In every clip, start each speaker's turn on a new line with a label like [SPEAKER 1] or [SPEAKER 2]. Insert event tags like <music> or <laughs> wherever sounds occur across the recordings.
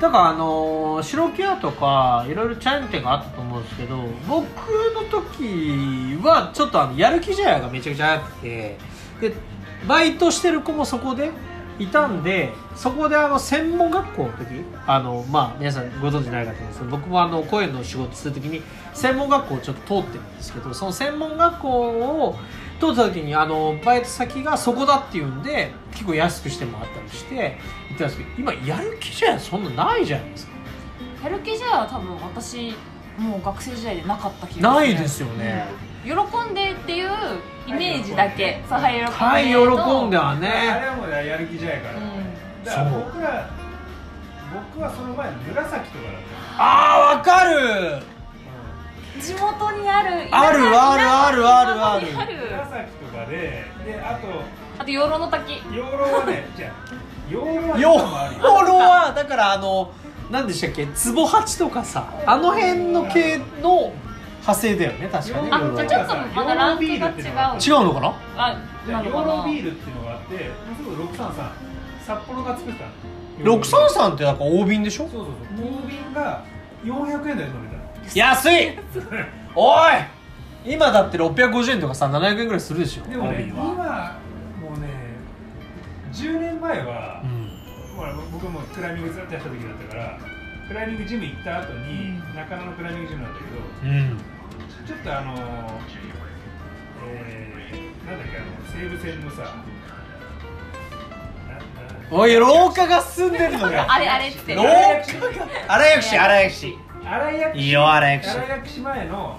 [SPEAKER 1] だからあのー白木屋とかいろいろチャイム店があったと思うんですけど僕の時はちょっとあのやる気じゃやがめちゃくちゃ流行っててでバイトしてる子もそこでいたんでそこであの専門学校の時あのまあ皆さんご存知ないかと思うんですけど僕もあの声の仕事する時に専門学校をちょっと通ってるんですけどその専門学校を通った時にあのバイト先がそこだっていうんで結構安くしてもらったりして行ってたんですけど今やる気じゃんそんなないじゃないですか
[SPEAKER 2] やる気じゃ多分私もう学生時代でなかった気が
[SPEAKER 1] ないですよね、
[SPEAKER 2] 喜んでっていうイメージだけそうはい喜んで
[SPEAKER 1] はい喜んで
[SPEAKER 2] で
[SPEAKER 1] は
[SPEAKER 3] あ
[SPEAKER 1] ね
[SPEAKER 3] れはもうやる気じゃないから、だから僕ら僕はその前紫とかだった
[SPEAKER 1] あーわかる
[SPEAKER 2] 地元にある
[SPEAKER 1] あるあるあるあるある
[SPEAKER 2] 地元にある
[SPEAKER 3] 紫とかでであと
[SPEAKER 2] あと養老の滝
[SPEAKER 3] 養老は
[SPEAKER 2] <laughs>
[SPEAKER 3] ねじゃあ養老は
[SPEAKER 1] よ
[SPEAKER 3] 今
[SPEAKER 1] っ
[SPEAKER 3] もあるよ
[SPEAKER 1] ほろはだからあの何でしたっけツボハチとかさあの辺の系の派生だよね確かね
[SPEAKER 2] あ
[SPEAKER 1] ヨーロ
[SPEAKER 2] じゃあ
[SPEAKER 1] は
[SPEAKER 2] ちょっとまだランクが違う
[SPEAKER 1] 違うのかな
[SPEAKER 2] あ
[SPEAKER 3] じゃ
[SPEAKER 2] な
[SPEAKER 3] あ
[SPEAKER 2] る
[SPEAKER 3] 養
[SPEAKER 2] ほ
[SPEAKER 3] 老
[SPEAKER 2] ど
[SPEAKER 3] ビールっていうのがあってそれこそ633札幌が作ったの
[SPEAKER 1] 633ってなんか大瓶でしょ
[SPEAKER 3] そうそうそう大瓶が400円台で飲めたの
[SPEAKER 1] 安いおい今だって650円とかさ700円ぐらいするでしょ
[SPEAKER 3] でも
[SPEAKER 1] 大
[SPEAKER 3] ね
[SPEAKER 1] 瓶
[SPEAKER 3] 今
[SPEAKER 1] は
[SPEAKER 3] もうね10年前は
[SPEAKER 1] う、ん
[SPEAKER 3] ほら僕もクライミングずっとやってた時だったからクライミングジム行った後に、中野のクライミングジムなんだけど
[SPEAKER 1] うん
[SPEAKER 3] ちょっとあのーえー、なんだっけあの西武線のさな
[SPEAKER 1] おい廊下が進んでるのよ
[SPEAKER 3] <laughs> な
[SPEAKER 2] あれあれって
[SPEAKER 1] 廊下が荒役士荒役士
[SPEAKER 3] 新井薬
[SPEAKER 1] いいよ荒役士
[SPEAKER 3] 新井薬師前の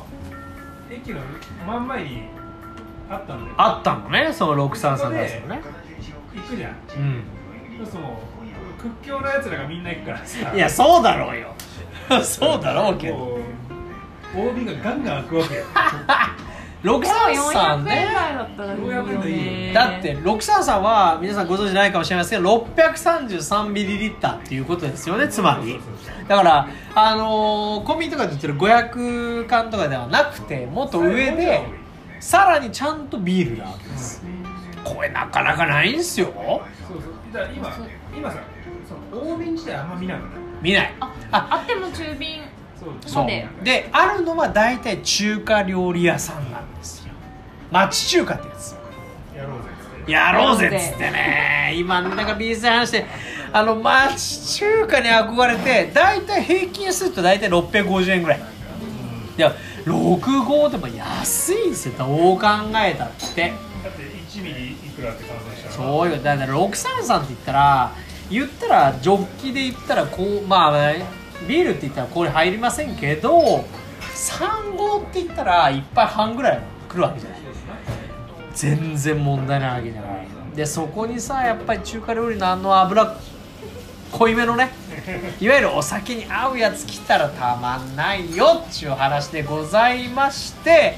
[SPEAKER 3] 駅の真ん前にあったんだよ
[SPEAKER 1] あったのねその633ですよね
[SPEAKER 3] 行くじゃん
[SPEAKER 1] うん
[SPEAKER 3] そうするともう屈強なやつらがみんな行くからさ
[SPEAKER 1] いやそうだろうよ <laughs> そうだろうけど
[SPEAKER 3] もう OB がガンガン開くわけよ
[SPEAKER 2] でも400
[SPEAKER 1] 633
[SPEAKER 2] 円
[SPEAKER 1] ね
[SPEAKER 2] 台だったらいいよ
[SPEAKER 3] 400円台い
[SPEAKER 2] ね
[SPEAKER 3] い
[SPEAKER 1] だって633は皆さんご存知ないかもしれませんが633ミリリッターっていうことですよねつまり
[SPEAKER 3] そうそうそう
[SPEAKER 1] だからあのーコンビニとかで売ってる500缶とかではなくてもっと上でさらにちゃんとビールなわけですこれなかなかないんすよ
[SPEAKER 3] そうそうだから今今さその大瓶自体あんま見なくない
[SPEAKER 1] 見ない
[SPEAKER 2] あ
[SPEAKER 1] あ
[SPEAKER 2] あっても中瓶
[SPEAKER 3] そう
[SPEAKER 1] そう
[SPEAKER 2] なんで
[SPEAKER 1] であるのは大体中華料理屋さんなんですよ町中華ってやつ
[SPEAKER 3] やろうぜっつって
[SPEAKER 1] やろうぜっつってね今なんか B さん話してあの町中華に憧れて大体平均すると大体650円ぐらいいや65でも安いんですよどう考えたって
[SPEAKER 3] だって1ミリいくらって換算したら
[SPEAKER 1] そうよだから633って言ったら言ったらジョッキで言ったらこうまあビールって言ったらこれ入りませんけど35って言ったら1杯半ぐらい来るわけじゃない全然問題ないわけじゃないでそこにさやっぱり中華料理のあの油濃いめのねいわゆるお酒に合うやつ来たらたまんないよっちゅう話でございまして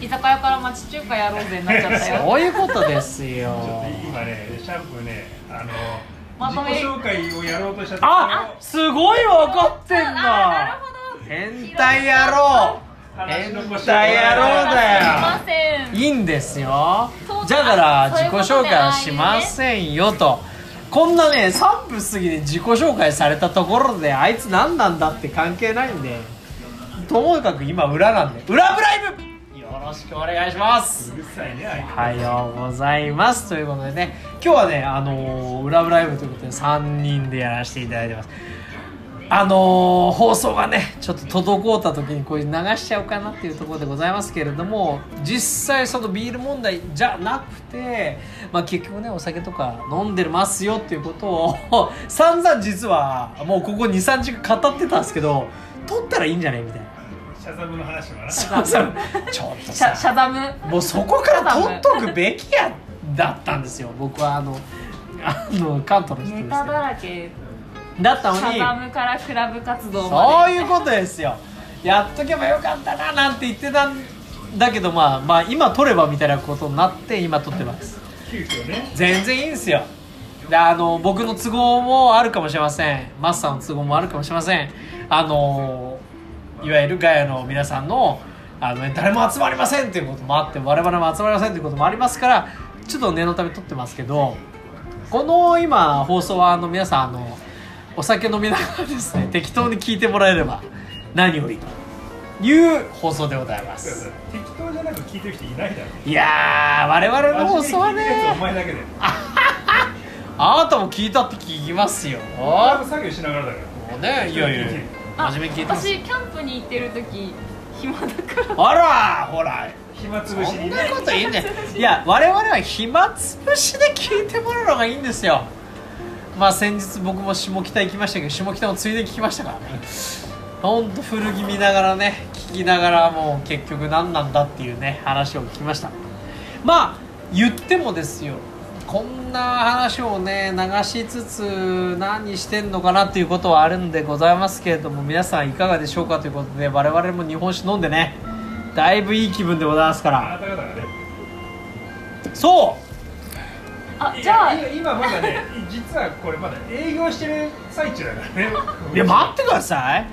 [SPEAKER 2] 居酒屋から町中華やろうぜになっちゃったよ
[SPEAKER 1] そういうことですよ
[SPEAKER 3] ちょっと今ねシャンプーねあの
[SPEAKER 2] まとめ
[SPEAKER 3] 自己紹介をやろうとしたところ
[SPEAKER 1] あすごい分かってん
[SPEAKER 2] あなる
[SPEAKER 1] な
[SPEAKER 2] ほど
[SPEAKER 1] 変態野郎
[SPEAKER 3] 話の腰
[SPEAKER 1] 変態野郎だよ
[SPEAKER 2] すいません
[SPEAKER 1] いいんですよ
[SPEAKER 2] そう
[SPEAKER 1] じゃあだから
[SPEAKER 2] そうい
[SPEAKER 1] 自
[SPEAKER 2] うこと
[SPEAKER 1] 己
[SPEAKER 2] ね
[SPEAKER 1] 紹介はしませんよとこんなね3分過ぎで自己紹介されたところであいつ何なんだって関係ないんでともかく今裏なんで裏ブライブよろしくお願いします
[SPEAKER 3] うるさいね
[SPEAKER 1] お
[SPEAKER 3] 相
[SPEAKER 1] はようございますということでね今日はねあのー、ラブライブということで3人でやらせていただいてますあのー、放送がねちょっと滞った時にこういう流しちゃおうかなっていうところでございますけれども実際そのビール問題じゃなくて、まあ、結局ねお酒とか飲んでますよっていうことを <laughs> 散々実はもうここ23時間語ってたんですけど取ったらいいんじゃないみ
[SPEAKER 2] <laughs>
[SPEAKER 1] たいな。
[SPEAKER 3] 手シャザムの話もな
[SPEAKER 1] そうそうちょっと
[SPEAKER 2] シャ
[SPEAKER 1] さ
[SPEAKER 2] シャダム
[SPEAKER 1] もうそこから取っとくべきやだったんですよ <laughs> 僕はあのあの関東の人
[SPEAKER 2] ネ
[SPEAKER 1] ですけど
[SPEAKER 2] タだらけ
[SPEAKER 1] だった
[SPEAKER 2] シャダ
[SPEAKER 1] のに
[SPEAKER 2] ムからクラブ活動ま
[SPEAKER 1] そ
[SPEAKER 2] で
[SPEAKER 1] ういうことですよやっとけばよかったななんて言ってたんだけどまあまあ今取ればみたいなことになって今取ってます
[SPEAKER 3] 急遽ね
[SPEAKER 1] 全然いいんですよであの僕の都合もあるかもしれませんマスターの都合もあるかもしれませんあのいわゆるガヤの皆さんのあの、誰も集まりませんっていうこともあって我々も集まりませんっていうこともありますからちょっと念のため撮ってますけどこの今放送はあの皆さんあのお酒飲みながらですね適当に聞いてもらえれば何よりという放送でございま
[SPEAKER 3] だからさ
[SPEAKER 1] す
[SPEAKER 3] 適当じゃなく聞いてる人いないだろ
[SPEAKER 1] いやー我々の放送は
[SPEAKER 3] 真面目に聞いてるやつお
[SPEAKER 1] ね
[SPEAKER 3] 前だけで
[SPEAKER 1] あなたも聞いたって聞きますよ
[SPEAKER 3] あ
[SPEAKER 1] も
[SPEAKER 3] あ作業しながらだから
[SPEAKER 1] うねいやいやいや
[SPEAKER 2] あ
[SPEAKER 1] 真面目に聞いてます
[SPEAKER 2] 私キャンプに行ってる時暇だから
[SPEAKER 1] あらほら
[SPEAKER 3] 暇つ
[SPEAKER 1] そ
[SPEAKER 3] ぶしに
[SPEAKER 1] ん
[SPEAKER 3] ね
[SPEAKER 1] なこといいねいや我々は暇つぶしで聞いてもらうのがいいんですよまあ先日僕も下北行きましたけど下北もついで聞きましたからねほんと古着見ながらね聞きながらもう結局何なんだっていうね話を聞きましたまあ言ってもですよこんな話をね流しつつ何してんのかなっていうことはあるんでございますけれども皆さんいかがでしょうかということで我々も日本酒飲んでねだいぶいい気分でございますか
[SPEAKER 3] あ
[SPEAKER 1] ら
[SPEAKER 3] なた方がね
[SPEAKER 1] そ
[SPEAKER 2] あじゃあ
[SPEAKER 3] いやいや今まだね実はこれまだ営業してる最中だからね
[SPEAKER 1] ういや待ってください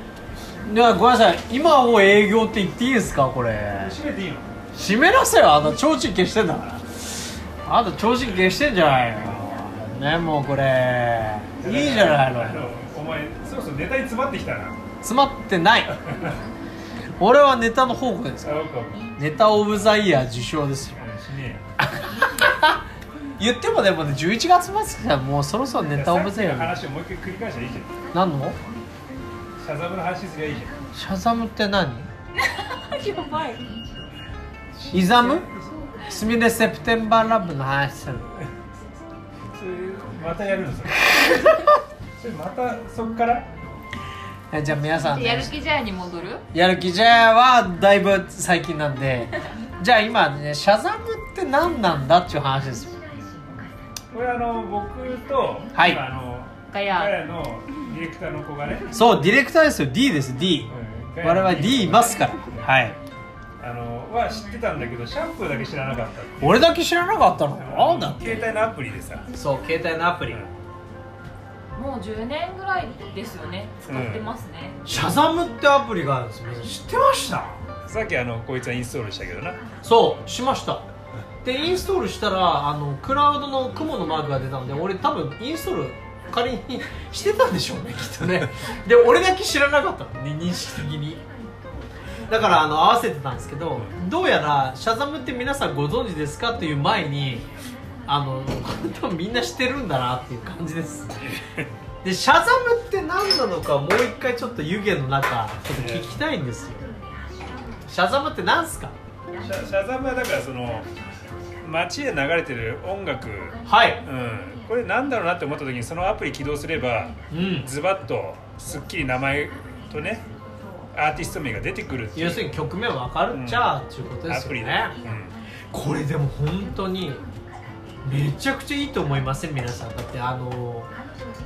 [SPEAKER 1] いやごめんなさい今もう営業って言っていいですかこれ
[SPEAKER 3] 閉めていいの
[SPEAKER 1] 閉めなさいよあなた提灯消してんだからあなた提灯消してんじゃないのねもうこれいいじゃないの
[SPEAKER 3] あお前そろそろネタに詰まってきたな
[SPEAKER 1] 詰まってない俺はネタの宝庫です
[SPEAKER 3] あ僕は
[SPEAKER 1] ネタオブザイヤー受賞ですよ
[SPEAKER 3] あのしね
[SPEAKER 1] 言ってもでもね11月末じゃもうそろそろ
[SPEAKER 3] え
[SPEAKER 1] ネタオブザイ
[SPEAKER 3] さっきの
[SPEAKER 1] ヤー
[SPEAKER 3] 話をもう一回繰り返したらいいじゃ
[SPEAKER 1] 何の
[SPEAKER 3] んシャザムの話すりゃいいじゃ
[SPEAKER 1] シャザムって何
[SPEAKER 2] やばい
[SPEAKER 3] ん
[SPEAKER 1] イザムスミレセプテンバーラブの話する
[SPEAKER 3] それまたやるの
[SPEAKER 1] <laughs>
[SPEAKER 3] それそれまたそっから
[SPEAKER 1] えじゃあ皆さん、
[SPEAKER 2] で
[SPEAKER 1] ね、
[SPEAKER 2] やる気じゃやに戻る
[SPEAKER 1] やる気じゃはだいぶ最近なん <laughs> でじゃあ今ねシャザムって何なんだっていう話ですよ
[SPEAKER 3] これあの僕と、
[SPEAKER 1] はい
[SPEAKER 3] 今あの
[SPEAKER 2] ガヤ
[SPEAKER 3] ガヤのディレクターの子がね、
[SPEAKER 1] そうディレクターですよ D です D
[SPEAKER 3] うん
[SPEAKER 1] 我々は D いますからはい
[SPEAKER 3] あのは知ってたんだけどシャンプーだけ知らなかった
[SPEAKER 1] 俺だけ知らなかったのなんだ
[SPEAKER 3] 携帯のアプリでさ
[SPEAKER 1] そう携帯のアプリ
[SPEAKER 2] もう10年ぐらいですよね使ってますね、
[SPEAKER 1] シャザムってアプリがあるんですよ知ってました
[SPEAKER 3] さっきあのこいつはインストールしたけどな
[SPEAKER 1] そうしましたでインストールしたらあのクラウドの雲のマークが出たんで俺多分インストール仮にしてたんでしょうねきっとねで俺だけ知らなかったのね認識的にだからあの合わせてたんですけどどうやら「シャザムって皆さんご存知ですか?」という前にあの多分みんな知ってるんだなっていう感じですで「シャザムって何なのかもう一回ちょっと湯気の中ちょっと聞きたいんですよシャザムって何すか
[SPEAKER 3] シャシャザムはだからその街で流れてる音楽、う
[SPEAKER 1] はい
[SPEAKER 3] ん、これなんだろうなって思った時にそのアプリ起動すれば
[SPEAKER 1] うん、
[SPEAKER 3] ズバッとすっきり名前とねアーティスト名が出てくるっていう
[SPEAKER 1] 要するに曲名わかるっちゃあっていうことで
[SPEAKER 3] ア
[SPEAKER 1] す
[SPEAKER 3] プ
[SPEAKER 1] よ
[SPEAKER 3] リ
[SPEAKER 1] ね
[SPEAKER 3] だ、う
[SPEAKER 1] これでも本当にめちゃくちゃいいと思いません皆さんだってあの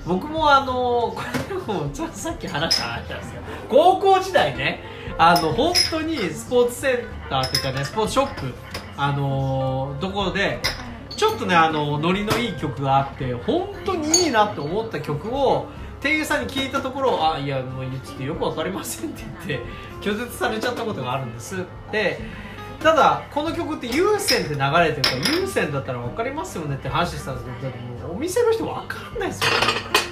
[SPEAKER 1] 僕もあのこれでもちょっとさっき話した話なんですよ高校時代ねあの本当にスポーツセンターというかねスポーツショップあのところでちょっとねあのノリのいい曲があって本当にいいなって思った曲を店員さんに聞いたところ「あいやもうちょっとよくわかりません」って言って拒絶されちゃったことがあるんですでただこの曲って有線で流れてるから有線だったら分かりますよねって話してたんですけどだってもうお店の人分かんないですよ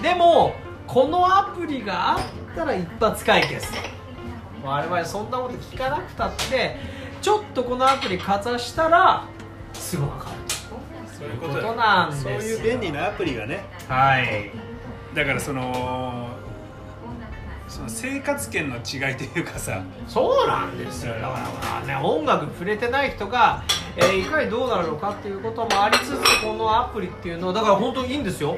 [SPEAKER 1] ねでもこのアプリがあったら一発解決我々そんなこと聞かなくたってちょっとこのアプリかざしたらすぐ分かる
[SPEAKER 3] ん、そうい
[SPEAKER 1] というう
[SPEAKER 3] こ
[SPEAKER 1] ことと
[SPEAKER 3] だ
[SPEAKER 1] なんです
[SPEAKER 3] そう
[SPEAKER 1] よ
[SPEAKER 3] いう便利なアプリがね
[SPEAKER 1] はい
[SPEAKER 3] だからそのその生活圏の違いというかさ
[SPEAKER 1] そうなんですよだからほらね音楽触れてない人が、えーいかにどうなるのかっていうこともありつつこのアプリっていうのはだから本当にいいんですよ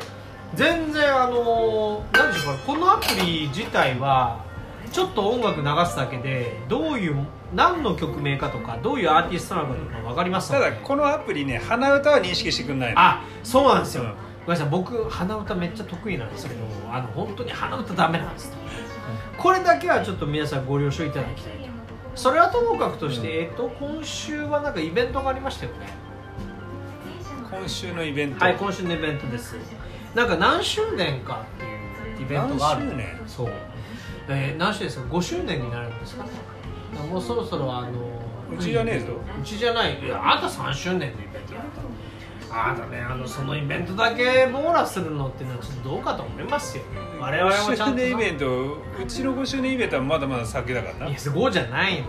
[SPEAKER 1] 全然あのーなんでしょうかこのアプリ自体はちょっと音楽流すだけでどういう何の曲名かとかどういうアーティストなのかとか分かります
[SPEAKER 3] た
[SPEAKER 1] ので
[SPEAKER 3] だこのアプリね鼻歌は認識してくんないの
[SPEAKER 1] あそうなんですよ、
[SPEAKER 3] うん
[SPEAKER 1] ごめんなさい僕鼻歌めっちゃ得意なんですけどあの本当に鼻歌ダメなんですこれだけはちょっと皆さんご了承いただきたいとそれはともかくとして、
[SPEAKER 3] うん
[SPEAKER 1] えっと今週はなんかイベントがありましたよね
[SPEAKER 3] 今週のイベント、
[SPEAKER 1] はい今週のイベントですなんか何周年かっていうイベントがある
[SPEAKER 3] 何周年
[SPEAKER 1] そう、えー何周年ですか5周年になるんですかもうそろそろあの
[SPEAKER 3] うちじゃねえぞ
[SPEAKER 1] うちじゃないいやあんた3周年のイベントだったああだねあのそのイベントだけ網羅するのっていうのはちょっとどうかと思いますよ我々もちゃんと
[SPEAKER 3] 5周年イ <laughs> ベ
[SPEAKER 1] ン
[SPEAKER 3] ントうちの5周年イベントはまだまだ先だからない
[SPEAKER 1] やそうじゃないのよ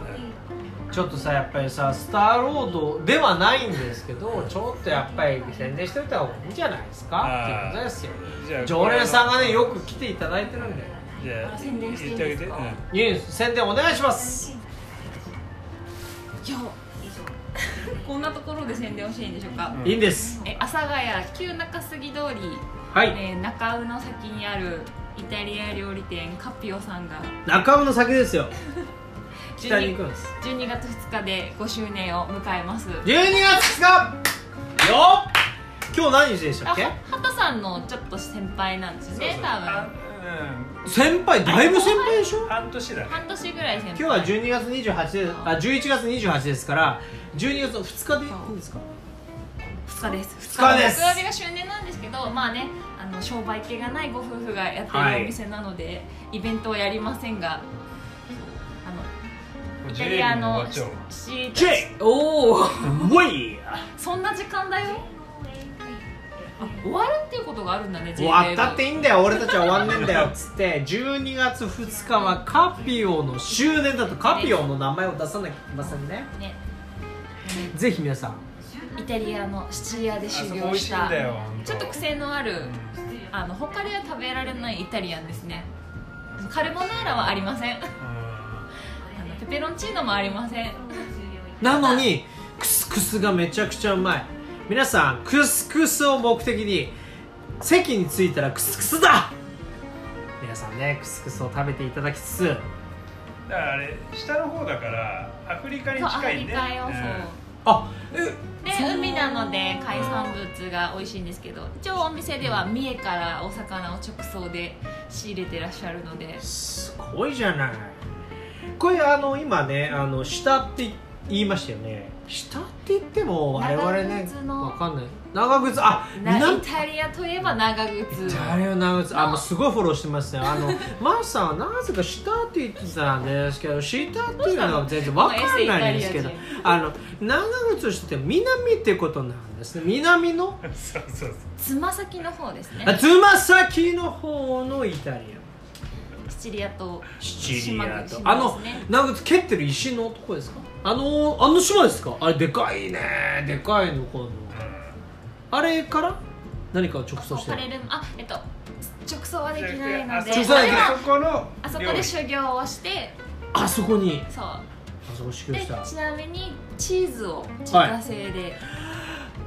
[SPEAKER 1] ちょっとさやっぱりさスターロードではないんですけどちょっとやっぱり宣伝しておいた方がいいんじゃないですかっていうことですよ
[SPEAKER 3] じゃあ
[SPEAKER 1] 常連さんがねよく来ていただいてるんで
[SPEAKER 3] じゃあ
[SPEAKER 2] 宣伝していいんですか
[SPEAKER 3] 言ってあげて
[SPEAKER 1] ニュース宣伝お願いします
[SPEAKER 2] いや
[SPEAKER 4] <laughs> こんなところで宣伝をしていいんでしょうか、
[SPEAKER 3] うん
[SPEAKER 1] いいんです
[SPEAKER 4] え阿佐ヶ谷旧中杉通り、
[SPEAKER 1] はい
[SPEAKER 4] えー中尾の先にあるイタリア料理店カピオさんが
[SPEAKER 1] 中尾の先ですよ北に行く
[SPEAKER 4] 12
[SPEAKER 1] んです
[SPEAKER 4] 12月2日で5周年を迎えます
[SPEAKER 1] 12月2日よっ今日何日でした
[SPEAKER 4] あ
[SPEAKER 1] っけ
[SPEAKER 4] は畑さんのちょっと先輩なんですよね多
[SPEAKER 3] あ
[SPEAKER 4] 分
[SPEAKER 1] 先輩だいぶ先輩でしょ
[SPEAKER 3] うん半年だね
[SPEAKER 4] 半年ぐらい先輩
[SPEAKER 1] 今日は12月28ですあ11月28ですから12月2日でいいんですか
[SPEAKER 4] 2日です
[SPEAKER 1] 二日です
[SPEAKER 4] 木曜日が周年なんですけどまあねあの商売系がないご夫婦がやって
[SPEAKER 1] はい
[SPEAKER 4] るお店なので、イベントをやりませんがあのイタリアのシシ
[SPEAKER 1] ジェ
[SPEAKER 4] おお
[SPEAKER 1] ウェイ
[SPEAKER 4] そんな時間だよあ終わるっていうことがあるんだね
[SPEAKER 1] 終わったっ
[SPEAKER 4] J-Wave
[SPEAKER 1] ていいんだよ俺たちは終わんねえんだよっつって12月2日はカピオの周年だとカピオの名前を出さなきゃいけませんね
[SPEAKER 4] ね
[SPEAKER 1] ぜひ皆さん
[SPEAKER 4] イタリアのシチリアで
[SPEAKER 3] あそ
[SPEAKER 4] 修
[SPEAKER 3] こ
[SPEAKER 4] 行
[SPEAKER 3] 美味
[SPEAKER 4] し
[SPEAKER 3] しいん
[SPEAKER 4] た
[SPEAKER 3] だよ
[SPEAKER 4] ちょっと癖のあるあの他では食べられないイタリアンですねカルボナーラはありませんあのペペロンチーノもありません
[SPEAKER 1] なのにクスクスがめちゃくちゃうまい皆さんクスクスを目的に席に着いたらクスクスだ皆さんねクスクスを食べていただきつつ
[SPEAKER 3] だからあれ下の方だからアフリカに
[SPEAKER 4] そうアフ
[SPEAKER 3] 近い
[SPEAKER 4] リ
[SPEAKER 3] ね
[SPEAKER 4] カよ、
[SPEAKER 1] あえ
[SPEAKER 4] そうで海なので海産物が美味しいんですけど一応お店では三重からお魚を直送で仕入れてらっしゃるのです
[SPEAKER 1] ごいじゃないこれあの今ねあの下って言いましたよね下って言っても我々ね
[SPEAKER 4] 長靴の
[SPEAKER 1] わかんない長靴あ
[SPEAKER 4] な
[SPEAKER 1] 南
[SPEAKER 4] イタリアといえば長靴
[SPEAKER 1] あれは長靴あもうすごいフォローしてますねあの <laughs> マーさんはなぜか下って言ってたんですけど下っていうのは全然わかんないんですけど
[SPEAKER 4] どうし
[SPEAKER 1] あの長靴をしてて南ってことなんですね南の
[SPEAKER 3] うん <laughs> そうそうそう
[SPEAKER 4] つま先の方です
[SPEAKER 1] あ
[SPEAKER 4] ね
[SPEAKER 1] つま先の方のイタリア
[SPEAKER 4] シチリアと
[SPEAKER 1] シチリアと
[SPEAKER 4] 島
[SPEAKER 1] あ
[SPEAKER 4] 国島
[SPEAKER 1] の
[SPEAKER 4] ですね
[SPEAKER 1] 長靴蹴ってる石のとこですかあのあの島ですかあれでかいねでかいのこのあれから何かを直送して
[SPEAKER 4] パレ
[SPEAKER 1] る
[SPEAKER 4] ルモあえっと直送はできないので
[SPEAKER 1] 直送はできない
[SPEAKER 4] あれは
[SPEAKER 3] そこの
[SPEAKER 4] あそこで修行をして
[SPEAKER 1] あそこに
[SPEAKER 4] そ
[SPEAKER 1] あそこ支給
[SPEAKER 4] うで
[SPEAKER 1] した
[SPEAKER 4] ちなみにチーズを自家製で、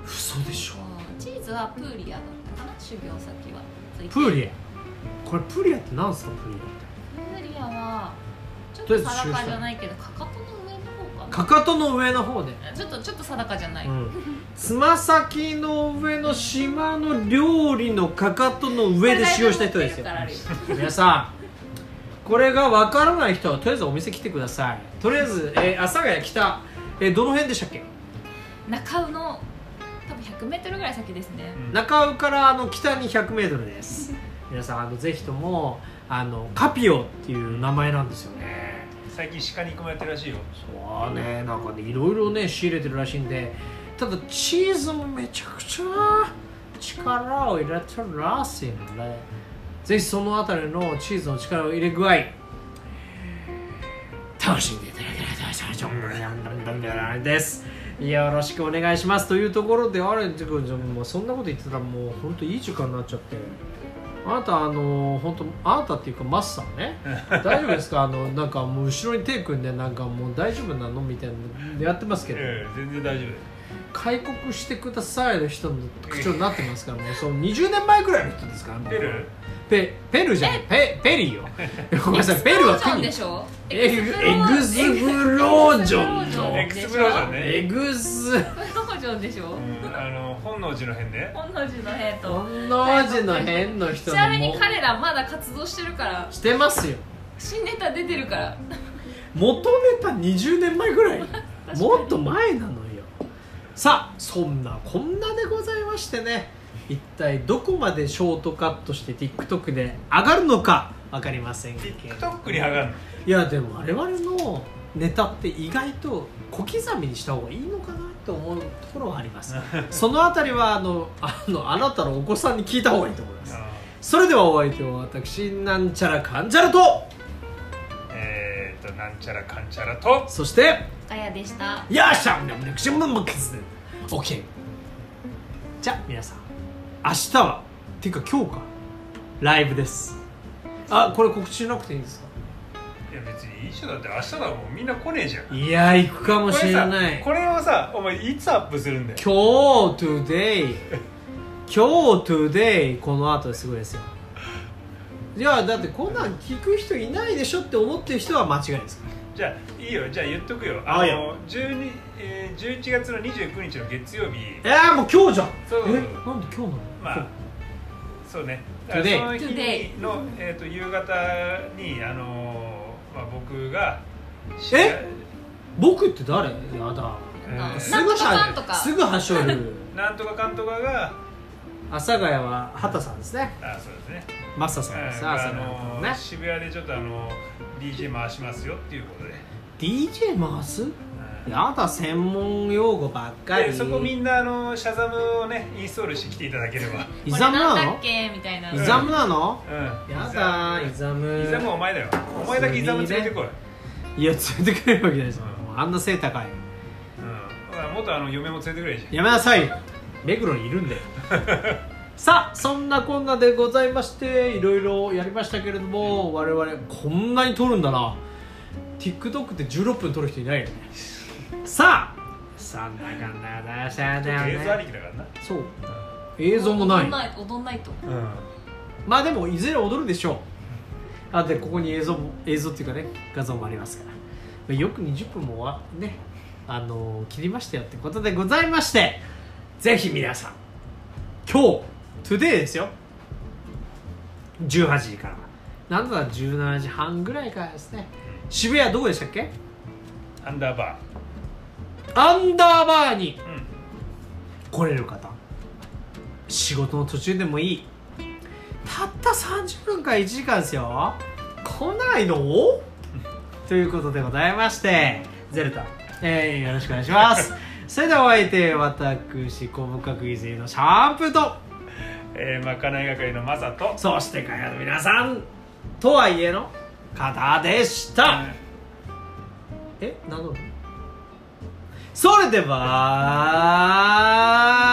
[SPEAKER 1] 嘘でしょ
[SPEAKER 4] うんチーズはプーリアだったかな修行先は
[SPEAKER 1] プー
[SPEAKER 4] リ
[SPEAKER 1] リエこれプーリエって何ですかプーリエっ
[SPEAKER 4] プーリアはちょっ
[SPEAKER 1] とり
[SPEAKER 4] と
[SPEAKER 1] あえず
[SPEAKER 4] 定か
[SPEAKER 1] 修
[SPEAKER 4] じ
[SPEAKER 1] 正
[SPEAKER 4] ゃないけどかかとの上の方
[SPEAKER 1] て
[SPEAKER 4] か
[SPEAKER 1] かかとの上の方で
[SPEAKER 4] なちょっとちょっと定かじゃない、
[SPEAKER 1] うんつま先の上の島の料理のかかとの上で使用した人ですよ
[SPEAKER 4] これだいぶ持ってるからあれよ
[SPEAKER 1] 皆さんこれが分からない人はとりあえずお店来てくださいとりあえず、えー、阿佐ヶ谷北、えーどの辺でしたっけ
[SPEAKER 4] 中尾の多分1 0 0ルぐらい先ですね
[SPEAKER 1] 中尾からあの北に 100m です皆さんあのぜひともあのカピオっていう名前なんですよね
[SPEAKER 3] 最近鹿肉もやってるらしいよ
[SPEAKER 1] そうねなんかねいろいろね仕入れてるらしいんでただチーズもめちゃくちゃ力を入れてるらしいのでぜひそのあたりのチーズの力を入れ具合楽しんでいただけたらとですよろしくお願いしますというところであれてくんじゃもうそんなこと言ってたらもう本当いい時間になっちゃってあなたあの本当あなたっていうかマスさんね大丈夫ですかあのなんかもう後ろに手組んでなんかもう大丈夫なのみたいなのやってますけど
[SPEAKER 3] ええ全然大丈
[SPEAKER 1] 開国してくださいの人の口調になってますからもうその20年前くらいの人ですからも
[SPEAKER 3] 夫
[SPEAKER 1] う
[SPEAKER 3] ペル
[SPEAKER 1] ペペルーじゃないペペリーよごめんなさいペルー
[SPEAKER 4] ロ
[SPEAKER 1] は
[SPEAKER 4] ージョン
[SPEAKER 1] 国
[SPEAKER 4] でしょ
[SPEAKER 1] エグエグズブロージョンの
[SPEAKER 3] エクスプロージョンね
[SPEAKER 1] エグズ
[SPEAKER 4] エグズブロージョンでしょ
[SPEAKER 3] うんあの本能寺の辺ね
[SPEAKER 4] 本能寺の兵と
[SPEAKER 1] 本能寺の変の人
[SPEAKER 4] ち
[SPEAKER 1] の
[SPEAKER 4] なみ
[SPEAKER 1] も
[SPEAKER 4] に彼らまだ活動してるから
[SPEAKER 1] してますよ
[SPEAKER 4] 新ネタ出てるから
[SPEAKER 1] 元ネタ20年前ぐらいもっと前なのよさあそんなこんなでございましてね一体どこまでショートカットして TikTok で上がるのか分かりませんけど
[SPEAKER 3] TikTok に上がるの
[SPEAKER 1] いやでも我々のネタって意外と小刻みにした方がいいのかなと思うところがありますそのあたりはあのあのあなたのお子さんに聞いた方がいいと思います
[SPEAKER 3] あ
[SPEAKER 1] それではお相手は私なんちゃらかんちゃらと
[SPEAKER 3] ーえー、っとなんちゃらかんちゃらと
[SPEAKER 1] そして
[SPEAKER 4] あやでした
[SPEAKER 1] やーしゃんねむねくしゃむむくす OK じゃあ皆さん明日はっていうか今日かライブですあこれ告知しなくていいんですか
[SPEAKER 3] いや別にいい人だって明日だもんみんな来ねえじゃん
[SPEAKER 1] いやー行くかもしれ
[SPEAKER 3] さ
[SPEAKER 1] ない
[SPEAKER 3] これをさお前いつアップするんだよ
[SPEAKER 1] 今日 today 今日 today この後すごいですよいやだってこんなん聞く人いないでしょって思ってる人は間違いですから
[SPEAKER 3] じゃあいいよじゃあ言っとくよ
[SPEAKER 1] あ
[SPEAKER 3] あ
[SPEAKER 1] いいよ
[SPEAKER 3] の12、えー、11月の29日の月曜日
[SPEAKER 1] えー、もう今日じゃん
[SPEAKER 3] そう
[SPEAKER 1] えなんで今日なの、
[SPEAKER 3] まあそうねだから
[SPEAKER 1] Today
[SPEAKER 3] その日の、えー、と夕方にあのーまあ、僕が
[SPEAKER 1] え僕って誰やだ
[SPEAKER 3] えー
[SPEAKER 4] なんとか
[SPEAKER 1] は
[SPEAKER 4] かんとか
[SPEAKER 1] すぐはしょる
[SPEAKER 3] なんとかかんとかが
[SPEAKER 1] 阿佐ヶ谷は畑さんですね
[SPEAKER 3] あそうですね
[SPEAKER 1] マッサさんですね阿佐
[SPEAKER 3] あ
[SPEAKER 1] ヶ谷の
[SPEAKER 3] の
[SPEAKER 1] 畑ね
[SPEAKER 3] 渋谷でちょっとあの DJ 回しますよっていうことで、
[SPEAKER 1] DJ 回す
[SPEAKER 3] うん
[SPEAKER 1] やだ専門用語ばっか
[SPEAKER 3] で
[SPEAKER 1] り
[SPEAKER 3] そこみんなあのシャザムをねインストールしてきていただければ、
[SPEAKER 1] イザムな
[SPEAKER 4] これんだ
[SPEAKER 1] の
[SPEAKER 4] っけみたいな
[SPEAKER 1] イ
[SPEAKER 3] ん
[SPEAKER 1] ザムなの
[SPEAKER 3] うん、
[SPEAKER 1] やだイザム
[SPEAKER 3] イザムはお前だよお前だけイザム連れてこい、
[SPEAKER 1] いや連れてくれるわけないですよ
[SPEAKER 3] うん
[SPEAKER 1] もうあんな背高い
[SPEAKER 3] うん、だからもっとあの嫁も連れてくれじゃん
[SPEAKER 1] やめなさいよ目黒にいるんだ <laughs> よさあそんなこんなでございましていろいろやりましたけれども我々こんなに撮るんだな TikTok って16分撮る人いないよねさあそんなこんなだしゃだよ
[SPEAKER 3] 映像あり
[SPEAKER 1] ね
[SPEAKER 3] きだからな、
[SPEAKER 1] そう映像もない
[SPEAKER 4] 踊んないと
[SPEAKER 3] うん
[SPEAKER 1] まあでもいずれ踊るでしょうあでここに映像も映像っていうかね画像もありますからまあよく20分もわねあのー切りましたよってことでございましてぜひ皆さん今日 today ですよ18時からなんだら17時半ぐらいからですね渋谷どこでしたっけ
[SPEAKER 3] アンダーバ
[SPEAKER 1] アンダーバーに
[SPEAKER 3] ー、うん、
[SPEAKER 1] 来れる方仕事の途中でもいいたった30分から1時間ですよ来ないのということでございましてゼルタ、えーよろしくお願いします <laughs> それではお相手私小深くいずれのシャンプーと
[SPEAKER 3] えー、まかない係のマサと
[SPEAKER 1] そしてかやの皆さんとはいえの方でした、え何のそれでは